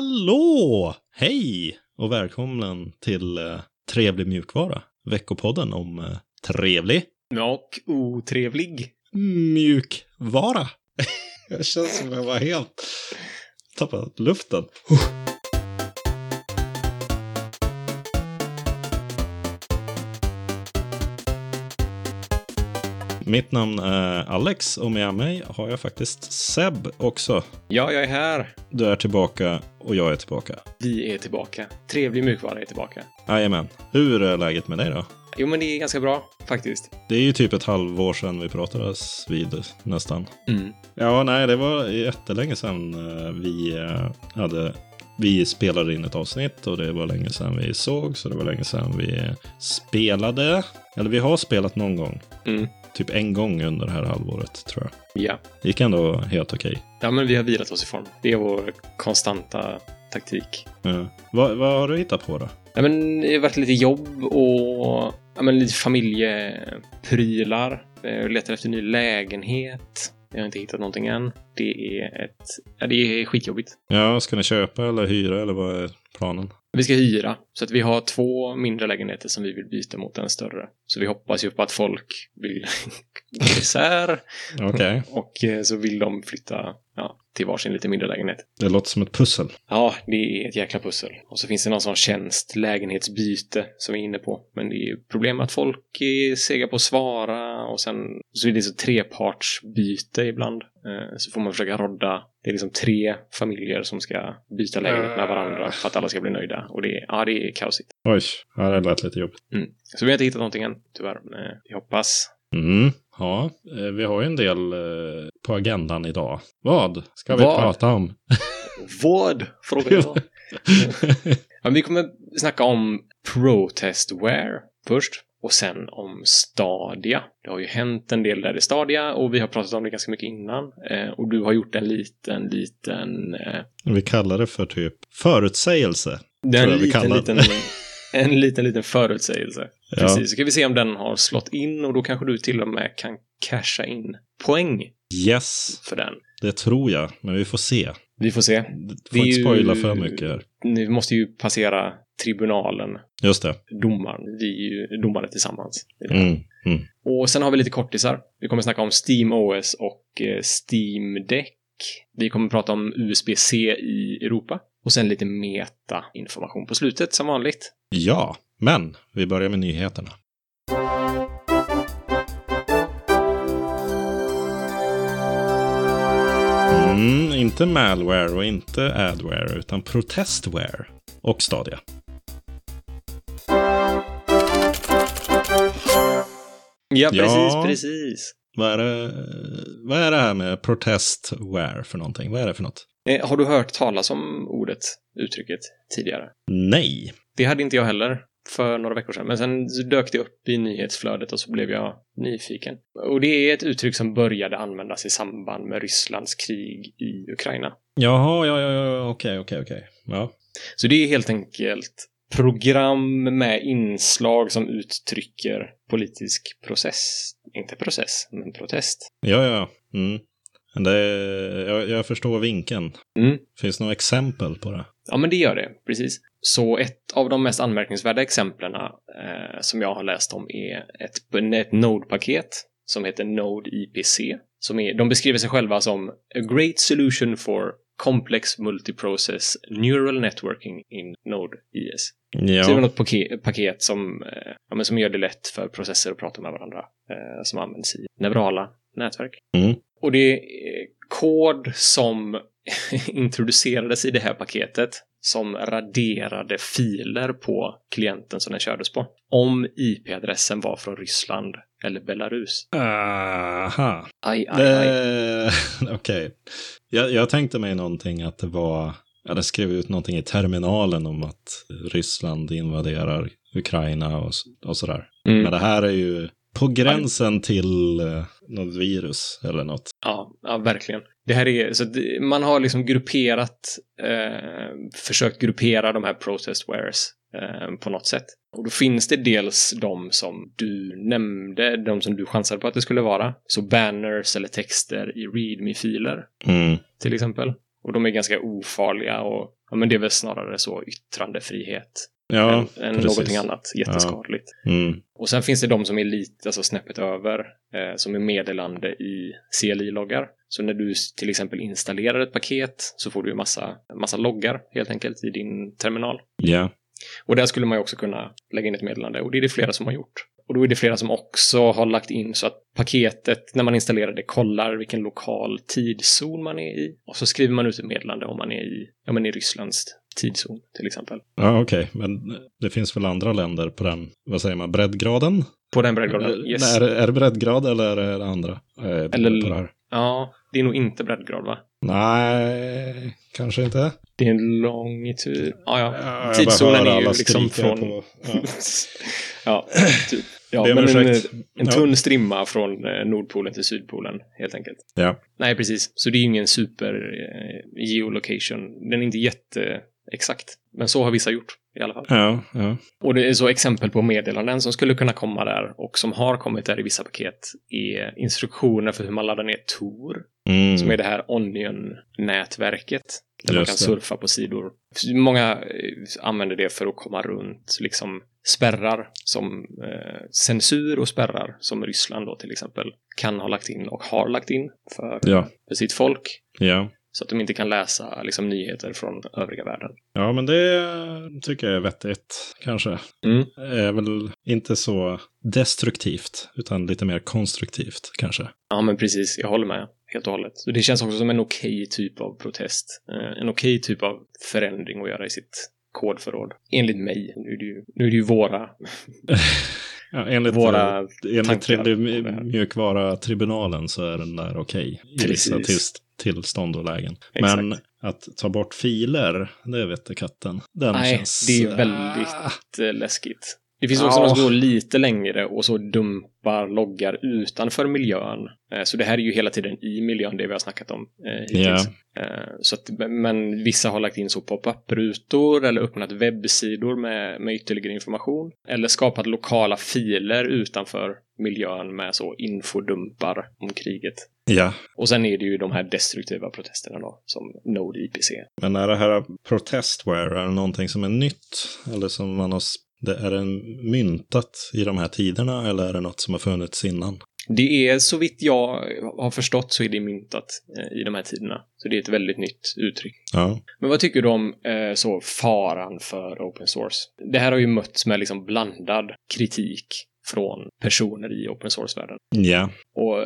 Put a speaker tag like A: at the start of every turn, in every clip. A: Hallå! Hej och välkommen till eh, Trevlig mjukvara, veckopodden om eh, trevlig
B: Och otrevlig.
A: mjukvara. jag känns som jag var helt tappat luften. Mitt namn är Alex och med mig har jag faktiskt Seb också.
B: Ja, jag är här.
A: Du är tillbaka och jag är tillbaka.
B: Vi är tillbaka. Trevlig mjukvara är tillbaka.
A: Jajamän. Hur är läget med dig då?
B: Jo, men det är ganska bra faktiskt.
A: Det är ju typ ett halvår sedan vi pratades vid nästan.
B: Mm.
A: Ja, nej, det var jättelänge sedan eh, vi eh, hade vi spelade in ett avsnitt och det var länge sedan vi såg så det var länge sedan vi spelade. Eller vi har spelat någon gång.
B: Mm.
A: Typ en gång under det här halvåret tror jag.
B: Ja.
A: Gick ändå helt okej.
B: ja, men vi har vilat oss i form. Det är vår konstanta taktik.
A: Ja. Vad, vad har du hittat på då?
B: Ja, men det har varit lite jobb och ja, men lite familjeprylar. Jag letar efter ny lägenhet. Jag har inte hittat någonting än. Det är ett... Ja, det är skitjobbigt.
A: Ja, ska ni köpa eller hyra eller vad är planen?
B: Vi ska hyra, så att vi har två mindre lägenheter som vi vill byta mot en större. Så vi hoppas ju på att folk vill gå isär
A: Okej,
B: och eh, så vill de flytta ja, till varsin lite mindre lägenhet.
A: det låter som ett pussel.
B: Ja, det är ett jäkla pussel. Och så finns det någon sån tjänst, lägenhetsbyte, som vi är inne på. Men det är ju problem att folk är sega på att svara och sen så är det så trepartsbyte ibland. Eh, Så får man försöka rodda. Det är liksom tre familjer som ska byta lägenhet med varandra för att alla ska bli nöjda. Och det är, ja, det är kaosigt.
A: Oj, ja, det lät lite jobbigt.
B: Mm. Så vi har inte hittat någonting än, tyvärr. Men eh, vi hoppas.
A: Mm, ja, eh, vi har ju en del eh, på agendan idag. Vad ska vi
B: Vad?
A: prata om?
B: Vad? Frågar jag. ja, men vi kommer snacka om protestware först. Och sen om Stadia. Det har ju hänt en del där i Stadia och vi har pratat om det ganska mycket innan. Eh, och du har gjort en liten, liten... Eh,
A: vi kallar det för typ förutsägelse.
B: en
A: jag vi
B: liten,
A: kallar
B: liten, en liten, liten förutsägelse. Precis, så ska vi se om den har slått in och då kanske du till och med kan casha in poäng
A: Yes,
B: för den.
A: det tror jag, men vi får se.
B: Vi får se.
A: Du
B: Det
A: får
B: är
A: inte
B: ju-
A: spoila för mycket här.
B: ni måste ju passera tribunalen,
A: Just det.
B: domaren. Vi är ju domare tillsammans.
A: Mm.
B: Och sen har vi lite kortisar. Vi kommer snacka om Steam OS och eh, Steam Deck. Vi kommer prata om USB-C i Europa. Och sen lite meta-information på slutet, som vanligt.
A: Ja, men vi börjar med nyheterna. Mm, inte malware och inte adware, utan protestware och Stadia.
B: Ja,
A: Ja.
B: precis, precis.
A: Vad är, det, vad är det här med protestware för någonting? Vad är det för något?
B: Eh, har du hört talas om ordet, uttrycket, tidigare?
A: Nej.
B: Det hade inte jag heller för några veckor sedan, men sen så dök det upp i nyhetsflödet och så blev jag nyfiken. Och det är ett uttryck som började användas i samband med Rysslands krig i Ukraina.
A: Jaha, ja, ja, ja, okej, okej, okej. Ja.
B: Så det är helt enkelt program med inslag som uttrycker politisk process. Inte process, men protest.
A: Ja, ja, ja. Mm. Men Det, jag, jag förstår vinkeln.
B: Mm.
A: Finns det några exempel på det?
B: Ja, men det gör det, precis. Så ett av de mest anmärkningsvärda exemplen eh, som jag har läst om är ett, ett Node-paket som heter Node IPC. Som är, de beskriver sig själva som a great solution for complex multiprocess neural networking in Node IS. Så det är väl
A: Ja,
B: något pake- paket som, eh, ja, men som gör det lätt för processer att prata med varandra eh, som används i neurala nätverk.
A: Mm.
B: Och det är eh, kod som introducerades i det här paketet som raderade filer på klienten som den kördes på. Om IP-adressen var från Ryssland eller Belarus.
A: aha.
B: Aj, aj,
A: Eh,
B: aj.
A: Det- Okej. Jag, jag tänkte mig någonting att det var... Jag hade skrivit ut någonting i terminalen om att Ryssland invaderar Ukraina och, s- och sådär. Men
B: Mm.
A: det här är ju på gränsen till eh, något virus eller något.
B: Ja, ja, verkligen. Det här är, så att det- man har liksom grupperat, eh, försökt gruppera de här protestwares eh, på något sätt. Och då finns det dels de som du nämnde, de som du chansade på att det skulle vara. Så banners eller Mm. texter i readme-filer till exempel. Och de är ganska ofarliga och Ja, men det är väl snarare så yttrandefrihet
A: Ja,
B: än, än
A: precis.
B: någonting annat. Jätteskadligt.
A: Mm.
B: Och sen finns det de som är lite, alltså snäppet över, eh, som är meddelande i CLI-loggar. Så när du s- till exempel installerar ett paket så får du ju massa, massa loggar helt enkelt i din terminal.
A: Ja,
B: Och där skulle man ju också kunna lägga in ett meddelande och det är det flera som har gjort. Och då är det flera som också har lagt in så att paketet när man installerar det kollar vilken lokal tidszon man är i. Och så skriver man ut ett meddelande om man är i, ja, men i Rysslands tidszon till exempel.
A: ja okej. Men eh, det finns väl andra länder på den, vad säger man, breddgraden?
B: På den breddgraden.
A: Eh,
B: Yes.
A: Är, är det breddgrad eller är det andra?
B: Eller-
A: Eller... På det här?
B: Ja, det är nog inte breddgrad va?
A: Nej, kanske inte.
B: Det är en longitud. Ja,
A: Ja,
B: ja.
A: jag bara
B: Tidszonen
A: hör
B: är ju
A: alla
B: liksom
A: skrika
B: från...
A: På, ja.
B: ja, typ. Ja,
A: Be om
B: men en, eh,
A: ursäkt.
B: en
A: Ja.
B: tunn strimma från eh, Nordpolen till Sydpolen, helt enkelt.
A: Ja.
B: Nej, precis. Så det är ju ingen super eh, geolocation. Den är inte jätte exakt. Men så har vissa gjort i alla fall.
A: Ja, ja.
B: Och det är så exempel på meddelanden som skulle kunna komma där och som har kommit där i vissa paket är instruktioner för hur man laddar ner Tor
A: Mm.
B: som är det här Onion-nätverket. Där man
A: Just
B: kan
A: det.
B: surfa på sidor. Många eh, använder det för att komma runt liksom, spärrar som eh, censur och spärrar som Ryssland då till exempel kan ha lagt in och har lagt in för,
A: Ja,
B: för sitt folk.
A: ja.
B: Så att de inte kan läsa liksom, nyheter från övriga världen.
A: Ja, men det tycker jag är vettigt, kanske.
B: Mm.
A: är väl inte så destruktivt, utan lite mer konstruktivt kanske.
B: Ja, men precis. Jag håller med helt och hållet. Så det känns också som en okej typ av protest. Eh, En okej typ av förändring att göra i sitt kodförråd. Enligt mig. Nu är det ju, nu är det ju våra,
A: Ja, enligt
B: våra
A: enligt
B: tankar
A: tri-
B: på det här.
A: mjukvara-tribunalen så är den där okej i vissa
B: Precis.
A: tills- tillstånd och lägen.
B: Exakt.
A: Men att ta bort filer, det vette katten. Den
B: Nej,
A: känns...
B: det är väldigt-
A: Ah,
B: lite läskigt. Det finns också
A: Ja.
B: de som går lite längre och så dumpar loggar utanför miljön. Eh, Så det här är ju hela tiden i miljön, det vi har snackat om eh, hittills. Eh, Så att, men vissa har lagt in så pop-up-rutor eller öppnat webbsidor med, med ytterligare information. Eller skapat lokala filer utanför miljön med så infodumpar om kriget.
A: ja,
B: Och sen är det ju de här destruktiva protesterna då, som Node IPC.
A: men är det här protestware, är det någonting som är nytt? Eller som man har... s- Det, är det myntat i de här tiderna eller är det något som har funnits innan?
B: Det är så vitt jag har förstått så är det myntat eh, i de här tiderna. Så det är ett väldigt nytt uttryck.
A: Ja,
B: Men vad tycker du om eh, så faran för open source? Det här har ju mötts med liksom blandad kritik från personer i open source-världen.
A: ja.
B: Och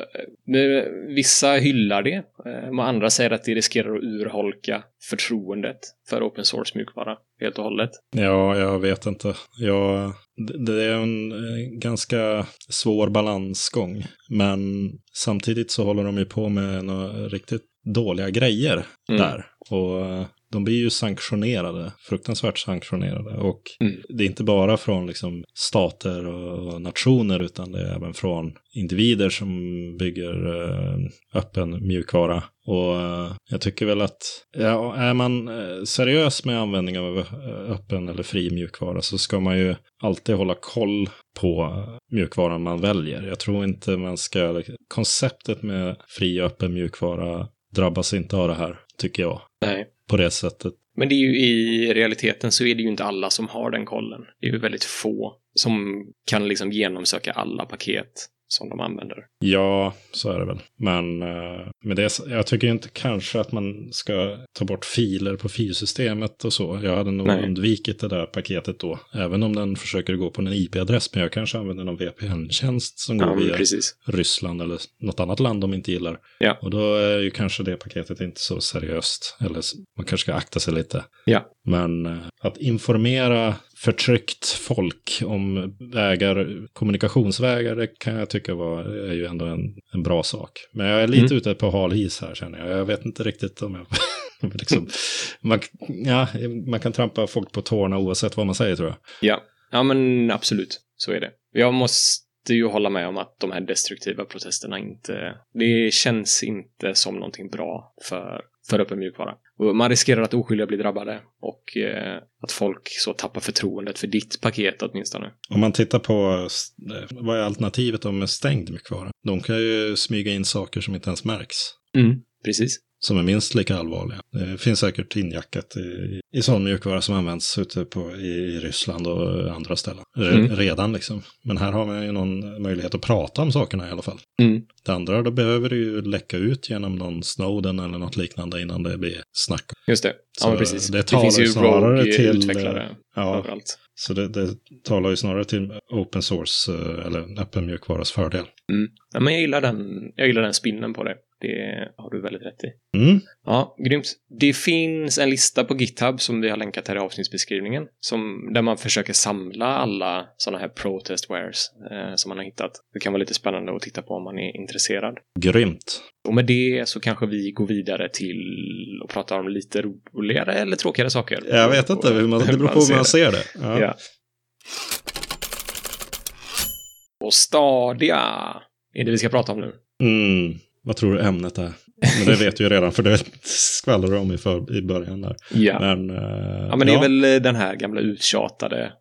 B: eh, eh, vissa hyllar det, eh, men andra säger att det riskerar att urholka förtroendet för open source-mjukvara helt och hållet.
A: Ja, jag vet inte. Jag, det- det är en eh, ganska svår balansgång. Men samtidigt så håller de ju på med några riktigt dåliga grejer
B: Mm.
A: där. Och eh, de blir ju sanktionerade, fruktansvärt sanktionerade. Och
B: Mm.
A: det är inte bara från liksom stater och nationer utan det är även från individer som bygger eh, öppen mjukvara. Och eh, jag tycker väl att ja, är man eh, seriös med användning av eh, öppen eller fri mjukvara så ska man ju alltid hålla koll på eh, mjukvaran man väljer. Jag tror inte man ska, liksom, konceptet med fri och öppen mjukvara drabbas inte av det här, tycker jag,
B: Nej.
A: på det sättet.
B: Men det är ju i realiteten så är det ju inte alla som har den kollen. Det är ju väldigt få som kan liksom genomsöka alla paket som de använder.
A: Ja, så är det väl. Men eh, med det, jag tycker inte kanske att man ska ta bort filer på filsystemet och så. Jag hade nog
B: Nej.
A: undvikit det där paketet då. Även om den försöker gå på en IP-adress. Men jag kanske använder någon VPN-tjänst som går
B: Ja, men
A: via
B: precis.
A: Ryssland eller något annat land de inte gillar.
B: Ja.
A: Och då är ju kanske det paketet inte så seriöst. Eller s- man kanske ska akta sig lite.
B: Ja.
A: Men eh, att informera förtryckt folk om vägar, kommunikationsvägar, det kan jag tycka var, är ju ändå en, en bra sak. Men jag är lite
B: Mm.
A: ute på hal is här känner jag. Jag vet inte riktigt om jag... liksom, man, ja, man kan trampa folk på tårna oavsett vad man säger tror jag.
B: Ja, men absolut. Så är det. Jag måste ju hålla med om att de här destruktiva protesterna inte... Det känns inte som någonting bra för, för öppen mjukvara. Och Man riskerar att oskyldiga blir drabbade och eh, att folk så tappar förtroendet för ditt paket åtminstone.
A: Om man tittar på eh, vad är alternativet om en stängd mjukvara? De kan ju smyga in saker som inte ens märks.
B: Precis.
A: som är minst lika allvarliga. Det finns säkert injackat i, i sån mjukvara som används ute på, i, i Ryssland och andra ställen. Re,
B: Mm.
A: Redan liksom. Men här har man ju någon möjlighet att prata om sakerna i alla fall.
B: Mm.
A: Det andra då behöver det ju läcka ut genom någon Snowden eller något liknande innan det blir snack.
B: Just det.
A: Så
B: ja, men precis.
A: det
B: Det,
A: talar
B: finns ju
A: snarare till,
B: Rogue-utvecklare
A: Ja,
B: överallt.
A: så det, det talar ju snarare till open source eh, eller öppen mjukvaras fördel.
B: Ja, men jag gillar, den, jag gillar den spinnen på det. Det har du väldigt rätt i.
A: Mm.
B: Ja, grymt. Det finns en lista på GitHub som vi har länkat här i avsnittsbeskrivningen. Som, där man försöker samla alla sådana här protestwares eh, som man har hittat. Det kan vara lite spännande att titta på om man är intresserad.
A: Grymt.
B: Och med det så kanske vi går vidare till och pratar om lite roligare eller tråkigare saker.
A: Jag vet inte, hur man, det beror på hur man ser det. Ja.
B: Ja. Och Stadia är det vi ska prata om nu.
A: Mm. Vad tror du ämnet är? Men det vet du ju redan, för det skvallrade du om i, för, i början där.
B: Ja.
A: Men, eh,
B: Ja, men det är väl eh, den här gamla uttjatade.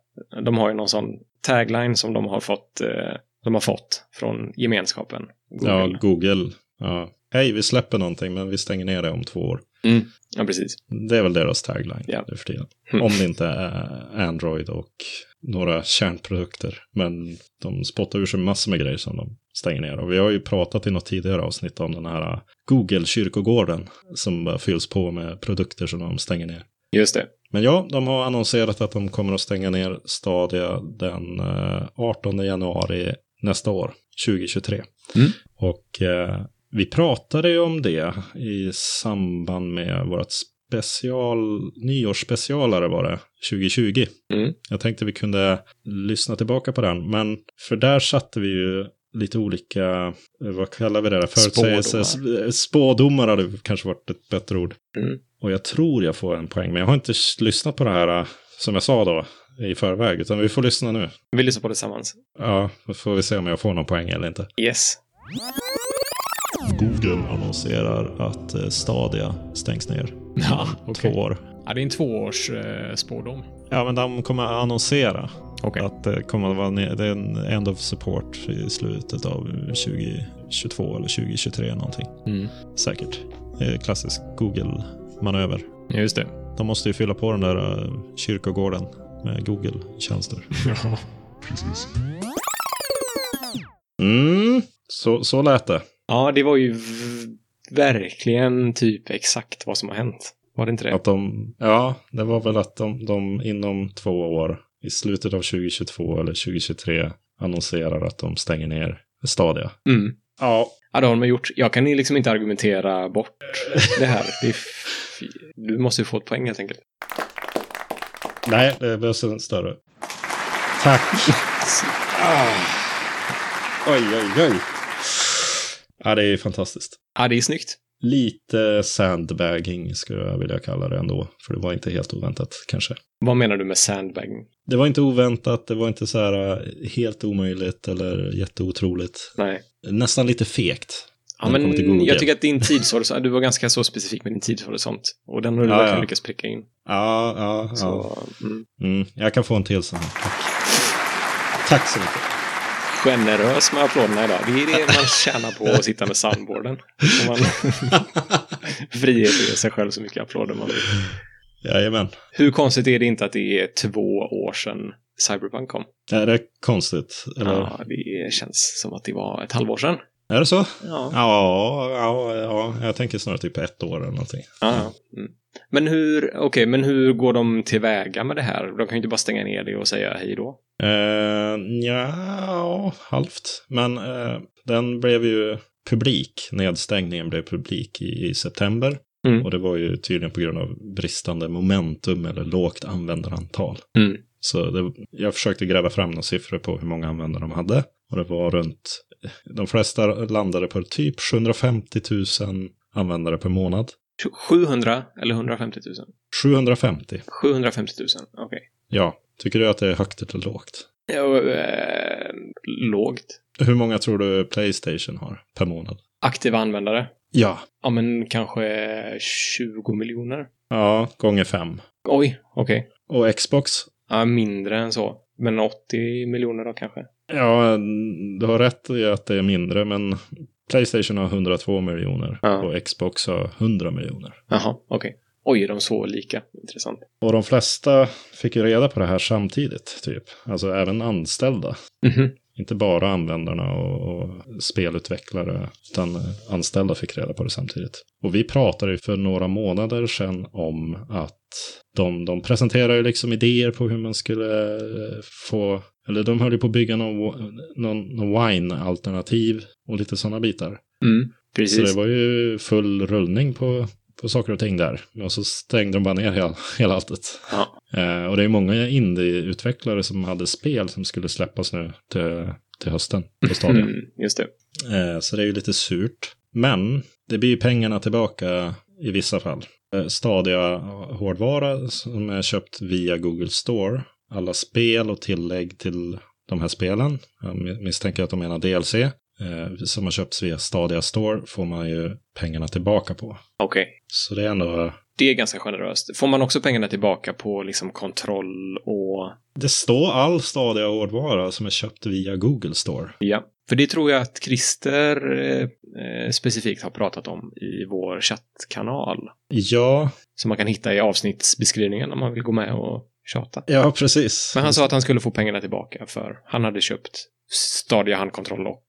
B: De har ju någon sån tagline som de har fått, eh, de har fått från gemenskapen. Google.
A: Ja, Google. Ja. Hej, vi släpper någonting, men vi stänger ner det om två år.
B: ja, precis.
A: Det är väl deras tagline
B: Ja.
A: nu för tiden.
B: Mm.
A: Om det inte är Android och några kärnprodukter. Men de spottar ur sig massor med grejer som de stänger ner. Och vi har ju pratat i något tidigare avsnitt om den här Google-kyrkogården som bara fylls på med produkter som de stänger ner.
B: Just det.
A: Men ja, de har annonserat att de kommer att stänga ner Stadia den eh, 18 januari nästa år, 2023.
B: Mm.
A: Och eh, vi pratade ju om det i samband med vårt special, nyårsspecialare var det, 2020.
B: Mm.
A: Jag tänkte vi kunde lyssna tillbaka på den, men för där satte vi ju lite olika, eh, vad kallar vi det där, förutsägelser, spådomar, spådomar hade kanske varit ett bättre ord. Och jag tror jag får en poäng, men jag har inte s- lyssnat på det här eh, som jag sa då i förväg, utan vi får lyssna nu.
B: Vi lyssnar på det tillsammans.
A: Ja, då får vi se om jag får någon poäng eller inte.
B: Yes.
A: Google annonserar att eh, Stadia stängs ner
C: Ja, okej.
A: två år.
C: Ja, det är en tvåårs eh, spårdom.
A: Ja, men de kommer att annonsera
C: Okej.
A: att det kommer att vara ne- det är en end of support i slutet av 2022 eller 2023 någonting.
C: Mm.
A: Säkert. Det är klassisk Google-manöver.
C: Ja, just det.
A: De måste ju fylla på den där eh, kyrkogården med Google-tjänster.
C: Ja.
A: Mm, så, så lät det.
B: Ja, det var ju v- verkligen typ exakt vad som har hänt. Var det inte det?
A: Att de, ja, det var väl att de, de inom två år, i slutet av 2022 eller 2023, annonserar att de stänger ner Stadia.
B: Mm.
A: Ja.
B: Ja, det har de gjort. Jag kan ju liksom inte argumentera bort det här. Det är f- du måste ju få ett poäng helt enkelt.
A: Nej, det behövs en större. Tack. ah. Oj, oj, oj. Ja, det är ju fantastiskt.
B: Ja, det är snyggt.
A: Lite sandbagging skulle jag vilja kalla det ändå, för det var inte helt oväntat kanske.
B: Vad menar du med sandbagging?
A: Det var inte oväntat, det var inte så här eh, helt omöjligt eller jätteotroligt.
B: Nej.
A: Nästan lite fegt.
B: Ja,
A: när det kommer till Google.
B: men jag tycker att din tidshorisont, du var ganska så specifik med din tidshorisont. Och den har du
A: Ja,
B: verkligen
A: ja.
B: lyckats pricka in.
A: Ja, ja, ja.
B: Så, mm.
A: Mm, jag kan få en till sån här. Tack. Tack så mycket.
B: Generös med applåderna idag. Det är det man tjänar på att sitta med soundboarden. Om Man friger sig själv så mycket applåder man vill.
A: Jajamän.
B: Hur konstigt är det inte att det är två år sedan Cyberpunk kom?
A: Är det konstigt? Eller?
B: Ja, det känns som att det var ett halvår sedan.
A: Är det så?
B: Ja.
A: Ja, ja, ja, jag tänker snarare typ ett år eller någonting.
B: ja. Mm. Men hur, okej, men hur går de tillväga med det här? De kan ju inte bara stänga ner det och säga hej då.
A: Uh, ja, halvt. Men eh, den blev ju publik. Nedstängningen blev publik i, i september.
B: Mm.
A: Och det var ju tydligen på grund av bristande momentum eller lågt användarantal.
B: Mm.
A: Så det, jag försökte gräva fram några siffror på hur många användare de hade. Och det var runt, de flesta landade på typ 750 000 användare per månad.
B: 700 eller 150 000?
A: 750.
B: 750 000, okej.
A: Ja, tycker du att det är högt eller lågt?
B: Ja, eh, lågt.
A: Hur många tror du Playstation har per månad?
B: Aktiva användare?
A: Ja.
B: Ja, men kanske 20 miljoner.
A: Ja, gånger fem.
B: Oj, okej.
A: Och Xbox?
B: Ja, mindre än så. Men 80 miljoner då kanske?
A: Ja, du har rätt i att det är mindre, men Playstation har 102 miljoner
B: Ja.
A: och Xbox har 100 miljoner.
B: Jaha, okej. Oj, är de så lika? Intressant.
A: Och de flesta fick ju reda på det här samtidigt, typ. Alltså även anställda.
B: Mhm.
A: Inte bara användarna och, och spelutvecklare, utan eh, anställda fick reda på det samtidigt. Och vi pratade ju för några månader sedan om att de, de presenterar ju liksom idéer på hur man skulle eh, få, eller de höll ju på att bygga någon, någon, någon wine-alternativ och lite sådana bitar.
B: Mm.
A: Så det
B: Precis.
A: var ju full rullning på, på saker och ting där. Och så stängde de bara ner hela, hela alltet.
B: Ja.
A: Eh, och det är många indie-utvecklare som hade spel som skulle släppas nu till, till hösten på Stadia.
B: Mm, just det.
A: Eh, så det är ju lite surt. Men det blir ju pengarna tillbaka i vissa fall. Eh, Stadia-hårdvara som är köpt via Google Store. Alla spel och tillägg till de här spelen. Jag misstänker att de menar DLC. Eh, som har köpts via Stadia Store får man ju pengarna tillbaka på.
B: Okej.
A: Så det är ändå...
B: Det är ganska generöst. Får man också pengarna tillbaka på liksom kontroll och...
A: Det står all Stadia-hårdvara som är köpt via Google Store.
B: Ja. För det tror jag att Christer eh, eh, specifikt har pratat om i vår chattkanal.
A: Ja,
B: Som man kan hitta i avsnittsbeskrivningen om man vill gå med och tjata.
A: ja precis.
B: Men han sa att han skulle få pengarna tillbaka för han hade köpt Stadia handkontroll och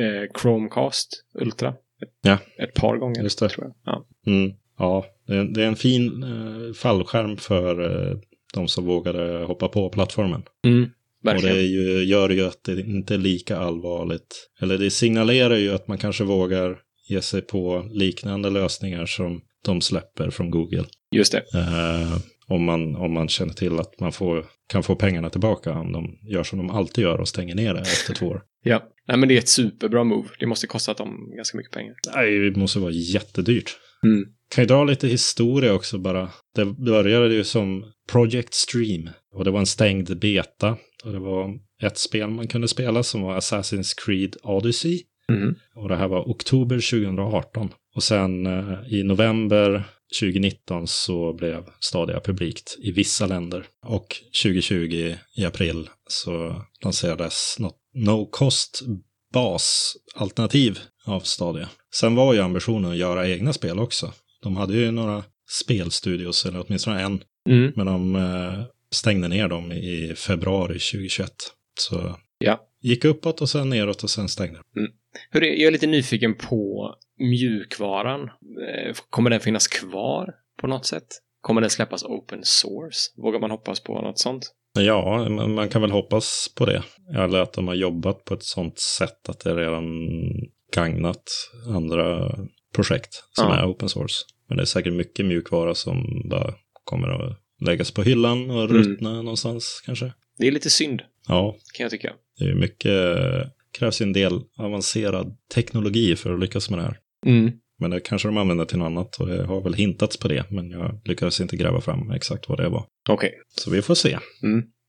B: eh, Chromecast Ultra.
A: Ja.
B: Ett par gånger.
A: Just det.
B: Tror jag. Ja.
A: Mm, ja, det är, det är en fin eh, fallskärm för eh, de som vågade hoppa på plattformen.
B: Mm, Verkligen.
A: Och det är ju, gör ju att det inte är lika allvarligt. Eller det signalerar ju att man kanske vågar ge sig på liknande lösningar som de släpper från Google.
B: Just det.
A: Eh, om, man, om man känner till att man får, kan få pengarna tillbaka om de gör som de alltid gör och stänger ner det efter två år.
B: Ja. Nej, men det är ett superbra move. Det måste kosta dem ganska mycket pengar.
A: Nej, det måste vara jättedyrt.
B: Mm.
A: Kan ju dra lite historia också bara. Det började ju som Project Stream och det var en stängd beta. Och det var ett spel man kunde spela som var Assassin's Creed Odyssey.
B: Mhm.
A: Och det här var oktober 2018. Och sen eh, i november 2019 så blev Stadia publikt i vissa länder. Och 2020 i april så lanserades något no-cost basalternativ av Stadia. Sen var ju ambitionen att göra egna spel också. De hade ju några spelstudios, eller åtminstone en,
B: Mm.
A: men de eh, stängde ner dem i februari 2021. Så
B: Ja.
A: gick uppåt och sen neråt och sen stängde de.
B: Hur är, jag är lite nyfiken på mjukvaran. Eh, Kommer den finnas kvar på något sätt? Kommer den släppas open source? Vågar man hoppas på något sånt?
A: Ja, man man kan väl hoppas på det. Eller att de har jobbat på ett sånt sätt att det redan gagnat andra projekt som
B: Ja.
A: är open source. Men det är säkert mycket mjukvara som bara kommer att läggas på hyllan och
B: Mm.
A: ruttna någonstans kanske.
B: Det är lite synd,
A: Ja,
B: kan jag tycka.
A: det är mycket, krävs ju en del avancerad teknologi för att lyckas med det här. Men det kanske de använder till något annat och det har väl hintats på det. Men jag lyckades inte gräva fram exakt vad det var.
B: Okej.
A: Så vi får se.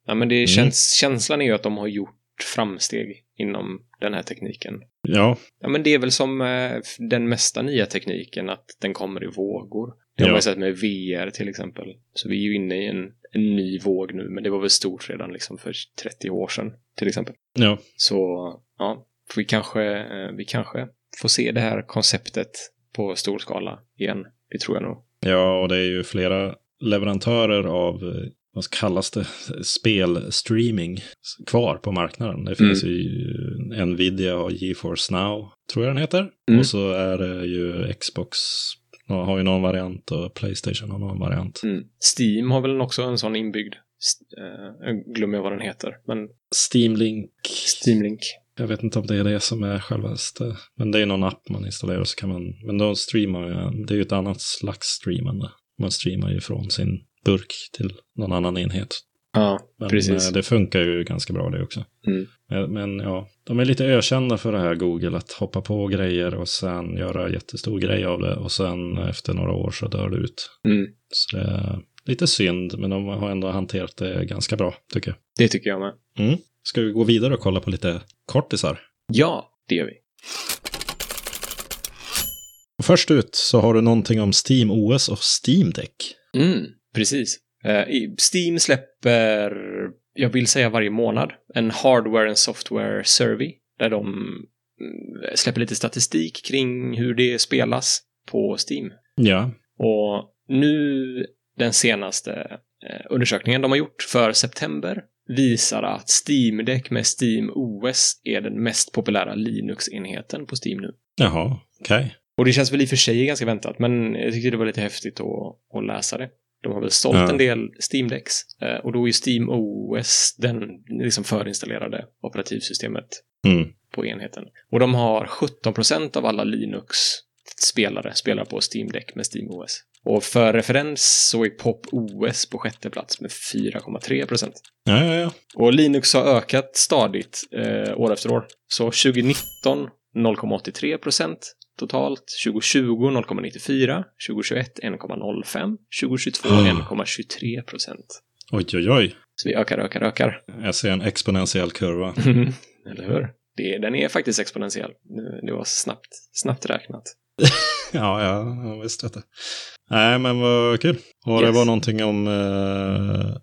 B: Ja, men det känns, känslan är ju att de har gjort framsteg inom den här tekniken.
A: Ja,
B: Ja, men det är väl som eh, f- den mesta nya tekniken, att den kommer i vågor. Det har
A: Ja.
B: man ju sett med VR till exempel. Så vi är ju inne i en, en ny våg nu, men det var väl stort redan liksom för 30 år sedan till exempel.
A: ja,
B: Så ja, får vi kanske, eh, vi kanske får se det här konceptet på stor skala igen. Det tror jag nog.
A: Ja, och det är ju flera leverantörer av, eh, vad kallas det, spelstreaming s- kvar på marknaden. Det finns
B: Mm.
A: ju eh, Nvidia och GeForce Now, tror jag den heter.
B: Mm.
A: Och så är det ju Xbox, ja, har ju någon variant och Playstation har någon variant.
B: Mm. Steam har väl också en sån inbyggd, st- eh, jag glömmer vad den heter, men
A: Steam Link,
B: Steam Link.
A: jag vet inte om det är det som är självaste, men det är någon app man installerar så kan man, men de streamar ju, det är ju ett annat slags streamande. Man streamar ju från sin burk till någon annan enhet.
B: Ja,
A: Men
B: Precis.
A: eh, det funkar ju ganska bra det också.
B: Mm.
A: Men, men ja, de är lite ökända för det här Google, att hoppa på grejer och sen göra jättestor grej av det och sen efter några år så dör det ut.
B: Mm.
A: Så det är lite synd, men de har ändå hanterat det ganska bra tycker jag.
B: det tycker jag med.
A: Ska vi gå vidare och kolla på lite kortisar?
B: Ja, det gör vi.
A: Först ut så har du någonting om Steam OS och Steam Deck.
B: Mm, precis. Eh, i- Steam släpper, jag vill säga varje månad, en hardware and software survey där de mm, släpper lite statistik kring hur det spelas på Steam.
A: Ja.
B: Och nu den senaste eh, undersökningen de har gjort för september visar att Steam Deck med Steam OS är den mest populära Linux-enheten på Steam nu.
A: Jaha, okej.
B: Och det känns väl i och för sig ganska väntat, men jag tyckte det var lite häftigt att, att läsa det. De har väl sålt
A: Ja.
B: en del Steam Decks eh, och då är ju Steam OS den liksom förinstallerade operativsystemet
A: Mm.
B: på enheten. Och de har 17 procent av alla Linux-spelare spelar på Steam Deck med Steam OS. Och för referens så är Pop OS på sjätte plats med 4,3 procent.
A: Ja, ja, ja.
B: Och Linux har ökat stadigt eh, år efter år. Så 2019 0,83 procent totalt, 2020 0,94, 2021 1,05, 2022
A: Mm.
B: 1,23 procent.
A: Oj, oj, oj.
B: Så vi ökar, ökar, ökar.
A: Jag ser en exponentiell kurva.
B: Eller hur? Mm. Det, den är faktiskt exponentiell. Nu- Det var snabbt, snabbt räknat.
A: Ja, ja, jag visste detta. Nej, men vad kul. Och det
B: Yes.
A: var någonting om eh,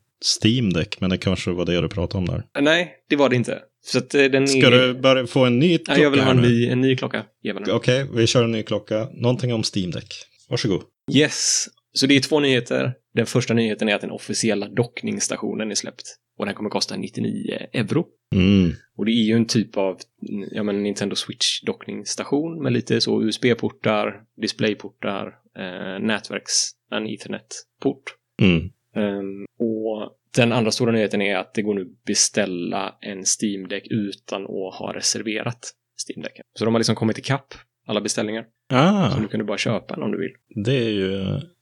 A: Steam Deck, men det kanske var det du pratade om där.
B: Eh, Nej, det var det inte. Så att eh, den
A: Ska
B: är...
A: du börja få en ny klocka
B: Nej, jag vill ha
A: här
B: en
A: nu?
B: ny, en ny klocka. Ge mig den.
A: Okej, vi kör en ny klocka. Någonting om Steam Deck. Varsågod.
B: Yes, så det är två nyheter. Den första nyheten är att den officiella dockningsstationen är släppt och den kommer kosta 99 euro.
A: Mm.
B: Och det är ju en typ av mm, ja, men Nintendo Switch dockningsstation med lite så USB-portar, displayportar, eh, nätverks, en Ethernet-port.
A: Mm.
B: Ehm, och den andra stora nyheten är att det går nu att beställa en Steam Deck utan att ha reserverat Steam Decken. Så de har liksom kommit ikapp alla beställningar. Så
A: Ah,
B: nu kan du bara köpa en om du vill.
A: det är ju,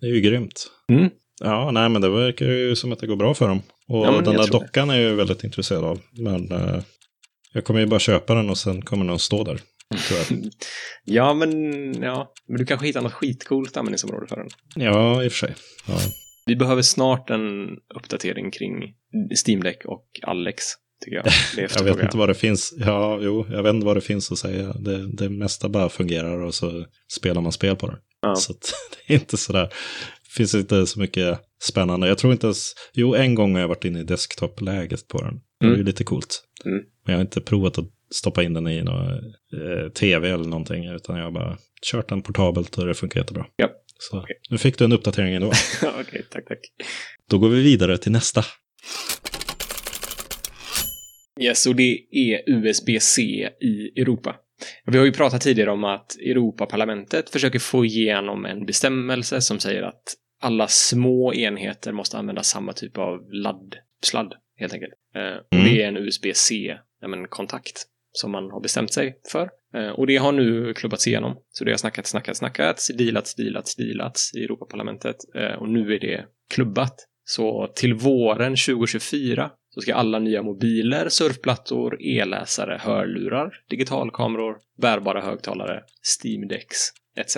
A: det är ju grymt.
B: Mm.
A: Ja, nej, men det verkar ju som att det går bra för dem. Och
B: Ja, men
A: den
B: jag
A: där
B: tror
A: dockan är jag ju väldigt intresserad av. Men eh, jag kommer ju bara köpa den och sen kommer den att stå där.
B: Mm.
A: Tror jag.
B: Ja, men ja, men du kanske hittar något skitcoolt användningsområde för den.
A: ja, i och för sig. Ja.
B: Vi behöver snart en uppdatering kring Steam Deck och Alex, tycker jag. Det är
A: Jag vet
B: efterfrågan.
A: inte vad det finns. Ja, jo, jag vet inte vad det finns att säga. Det, det mesta bara fungerar och så spelar man spel på det.
B: Ja.
A: Så att, det är inte sådär. Det finns inte så mycket spännande. Jag tror inte ens... Jo, en gång har jag varit inne i desktop-läget på den. Det är ju
B: Mm.
A: lite coolt.
B: Mm.
A: Men jag har inte provat att stoppa in den i någon eh, tv eller någonting. Utan jag har bara kört den portabelt och det funkar jättebra.
B: Ja.
A: Så
B: Okej.
A: nu fick du en uppdatering ändå.
B: Okej, tack, tack.
A: Då går vi vidare till nästa.
B: Yes, och det är USB-C i Europa. Vi har ju pratat tidigare om att Europaparlamentet försöker få igenom en bestämmelse som säger att alla små enheter måste använda samma typ av ladd, sladd, helt enkelt. Eh, och
A: Mm.
B: Det är en USB-C, ja, men kontakt, som man har bestämt sig för. Eh, och det har nu klubbats igenom. Så det har snackats, snackats, snackats, dealats, dealats, dealats i Europaparlamentet. Eh, och nu är det klubbat. Så till våren 2024 så ska alla nya mobiler, surfplattor, e-läsare, hörlurar, digitalkameror, bärbara högtalare, Steam Decks etc.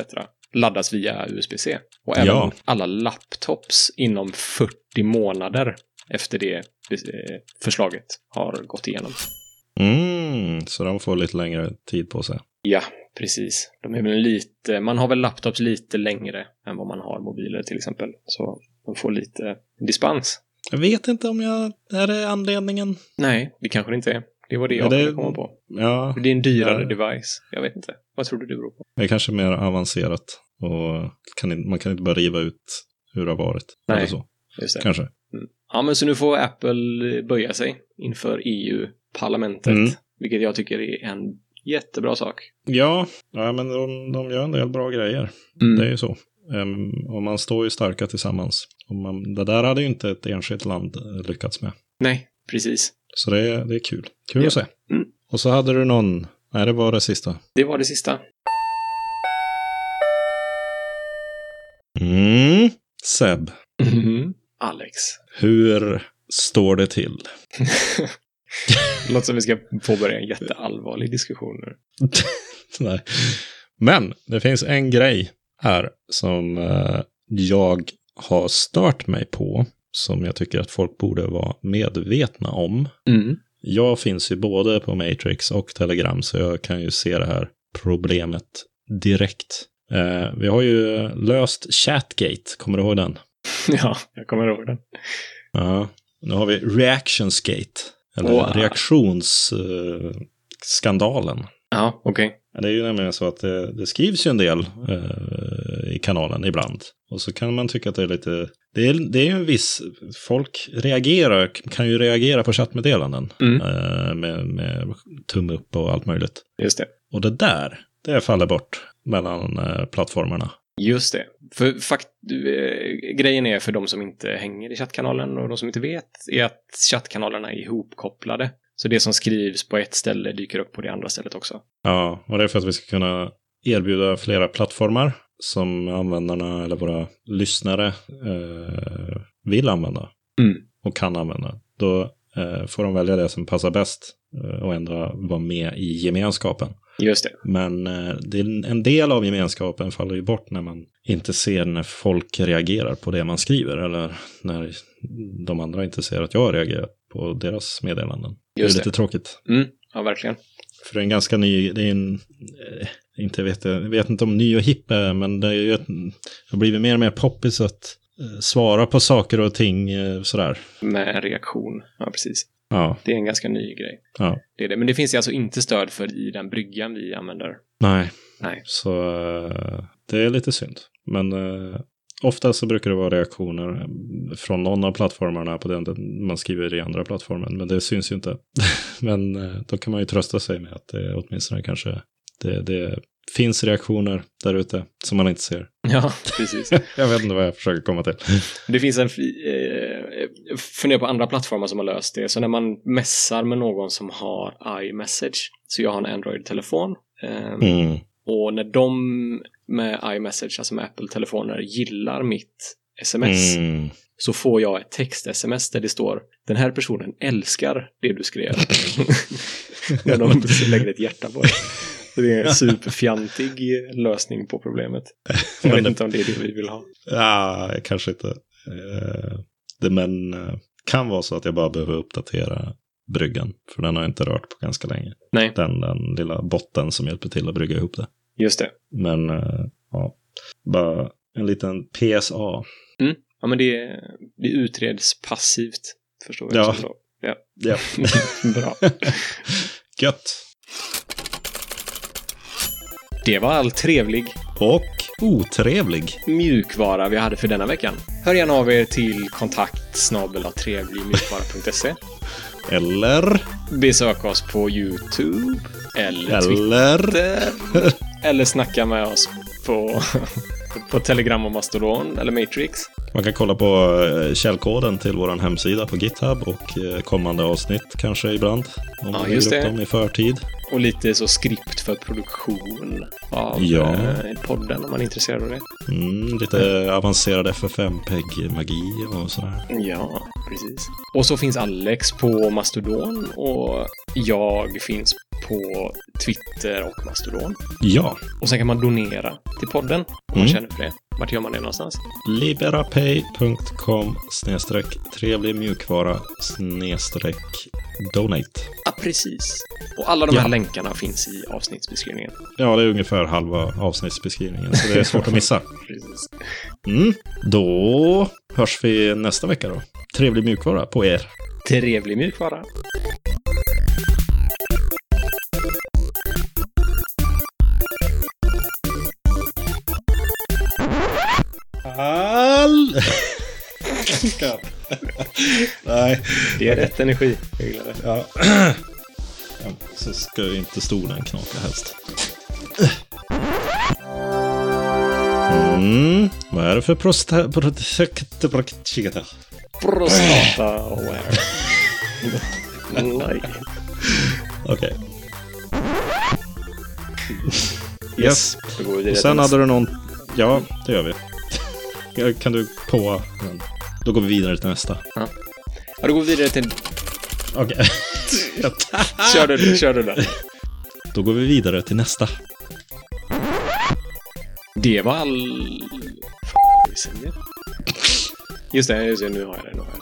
B: laddas via USB-C. Och även
A: Ja.
B: alla laptops inom 40 månader efter det eh, förslaget har gått igenom.
A: Mm, så de får lite längre tid på sig.
B: Ja, precis. De är väl lite, man har väl laptops lite längre än vad man har mobiler till exempel. Så de får lite dispens.
A: Jag vet inte om jag... Är det anledningen?
B: Nej, det kanske det inte är. Det var det
A: Ja,
B: jag
A: det-
B: kunde komma på.
A: Ja,
B: Det är en dyrare
A: Ja.
B: device. Jag vet inte. Vad tror du det beror på?
A: det är kanske mer avancerat. Och kan, in- man kan inte bara riva ut hur det har varit.
B: Nej.
A: Eller så,
B: Just det.
A: kanske.
B: Ja, men så nu får Apple eh, böja sig inför EU-parlamentet.
A: Mm.
B: Vilket jag tycker är en jättebra sak.
A: Ja, ja men de, de gör en del bra grejer.
B: Mm.
A: Det är ju så. Ehm, och man står ju starka tillsammans. Och man, det där hade ju inte ett enskilt land eh, lyckats med.
B: Nej, precis.
A: Så det, är- det är kul. Kul
B: Ja.
A: att se.
B: Mm.
A: Och så hade du någon... Nej, det var det sista.
B: Det var det sista.
A: Mm. Seb, Mm-hmm.
B: Alex.
A: hur står det till?
B: Låter som vi ska påbörja en jätteallvarlig diskussion nu.
A: Nej. Men det finns en grej här som eh, jag har stört mig på, som jag tycker att folk borde vara medvetna om. Jag finns ju både på Matrix och Telegram, så jag kan ju se det här problemet direkt. Eh, vi har ju löst Chatgate, kommer du ihåg den?
B: Ja, jag kommer ihåg den.
A: Ja. Nu har vi Reactionsgate, eller eh,
B: Wow.
A: reaktionsskandalen.
B: Ja, okej.
A: Ja, Det är ju nämligen så att det, det skrivs ju en del eh, i kanalen ibland. Och så kan man tycka att det är lite... Det är, det är ju en viss... Folk reagerar, kan ju reagera på chattmeddelanden.
B: Mm.
A: Eh, med, med tumme upp och allt möjligt.
B: Just det.
A: Och det där, det faller bort mellan eh, plattformarna.
B: Just det. För fakt eh, grejen är för de som inte hänger i chattkanalen och de som inte vet är att chattkanalerna är ihopkopplade. Så det som skrivs på ett ställe dyker upp på det andra stället också.
A: Ja, och det är för att vi ska kunna erbjuda flera plattformar som användarna eller våra lyssnare eh, vill använda
B: Mm.
A: och kan använda. Då eh, får de välja det som passar bäst eh, och ändra vara med i gemenskapen.
B: Just det.
A: Men eh, det är en del av gemenskapen faller ju bort när man inte ser när folk reagerar på det man skriver eller när de andra inte ser att jag reagerar på deras meddelanden.
B: Just
A: det är lite tråkigt.
B: Mm. Ja, verkligen.
A: För det är en ganska ny, det är en, eh, inte vet jag, jag vet inte om ny och hipp är, men det är ju ett, det har blivit mer och mer poppis att eh, svara på saker och ting eh, sådär.
B: Med reaktion. Ja, precis.
A: Ja,
B: Det är en ganska ny grej.
A: ja.
B: Det är det. Men det finns alltså inte stöd för i den bryggan vi använder.
A: Nej.
B: Nej.
A: Så eh, det är lite synd. Men eh, ofta så brukar det vara reaktioner eh, från någon av plattformarna på den man skriver i andra plattformen, men det syns ju inte. men eh, då kan man ju trösta sig med att det åtminstone kanske det, det finns reaktioner där ute som man inte ser.
B: Ja, precis.
A: Jag vet inte vad jag försöker komma till.
B: Det finns en... fri- Eh, fundera på andra plattformar som har löst det. Så när man messar med någon som har iMessage, så jag har en Android-telefon. Eh,
A: Mm.
B: Och när de med iMessage, alltså med Apple-telefoner, gillar mitt sms
A: Mm.
B: så får jag ett text-sms där det står den här personen älskar det du skrev. när de lägger ett hjärta på det. Så Det är en superfjantig lösning på problemet. Jag
A: Men
B: vet
A: det-
B: inte om det är det vi vill ha.
A: Ja, kanske inte. Eh, Det men eh, kan vara så att jag bara behöver uppdatera bryggan. För den har jag inte rört på ganska länge.
B: Nej.
A: Den, den lilla botten som hjälper till att brygga ihop det.
B: Just det.
A: Men eh, ja, bara en liten PSA.
B: Ja, men det, det utreds passivt, förstår jag.
A: Ja.
B: som då.
A: Ja.
B: Bra.
A: Gött.
B: Det var all trevlig
A: Och otrevlig.
B: mjukvara vi hade för denna veckan. Hör gärna av er till kontakt trevligmjukvara.se
A: Eller,
B: Besök oss på YouTube eller Twitter
A: eller,
B: eller snacka med oss på, på Telegram och Mastodon eller Matrix.
A: man kan kolla på eh, källkoden till vår hemsida på GitHub och eh, kommande avsnitt kanske ibland. Om
B: Ja,
A: vi
B: just
A: lägger upp
B: det.
A: dem i förtid.
B: Och lite så skript för produktion av
A: Ja.
B: eh, podden om man är intresserad av det.
A: Mm, lite avancerad FFmpeg-magi och sådär.
B: Ja, precis. Och så finns Alex på Mastodon och jag finns på Twitter och Mastodon.
A: Ja,
B: Och sen kan man donera till podden om man
A: Mm.
B: känner för det. Vart gör man det någonstans?
A: liberapay.com snedstreck trevlig mjukvara snedstreck donate.
B: Ja, precis. Och alla de här
A: Ja.
B: länkarna finns i avsnittsbeskrivningen.
A: Ja, det är ungefär halva avsnittsbeskrivningen, så det är svårt att missa.
B: Precis.
A: Mm. Då hörs vi nästa vecka då. Trevlig mjukvara på er.
B: Trevlig mjukvara.
A: All... Nej,
B: Det är rätt energi. Jag gillar det.
A: ja. Så ska ju inte stolen knaka helst. Mm. Vad är det för prosta... Projekt... Projekt...
B: Prostata aware. Nej.
A: Okej.
B: Yes. Då går vi vidare
A: Och
B: till
A: sen
B: nästa.
A: hade du någon... Ja, det gör vi. Ja, Kan du på den? Då går vi vidare till nästa.
B: Ja, då går vi vidare till...
A: Okej.
B: Kör du, den, kör du där.
A: Då går vi vidare till nästa.
B: Det var all... F- vi säger. Just det, just det, nu har jag det. Nu har jag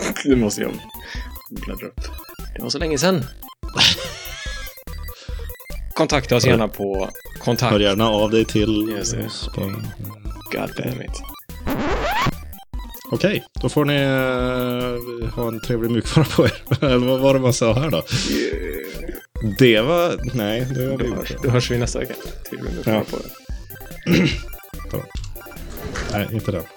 B: det. Nu måste jag bläddra upp. Det var så länge sedan. Kontakta oss gärna på kontakt...
A: Hör gärna av dig till
B: Just det.
A: oss på...
B: God damn it.
A: Okej, då får ni eh, ha en trevlig mjukvara på er. Eller vad var det man sa här då? Det var... Nej, det var
B: Då
A: vi
B: hörs,
A: gjort.
B: då hörs vi nästa vecka. Till och med
A: Ja.
B: på det.
A: Nej, inte den.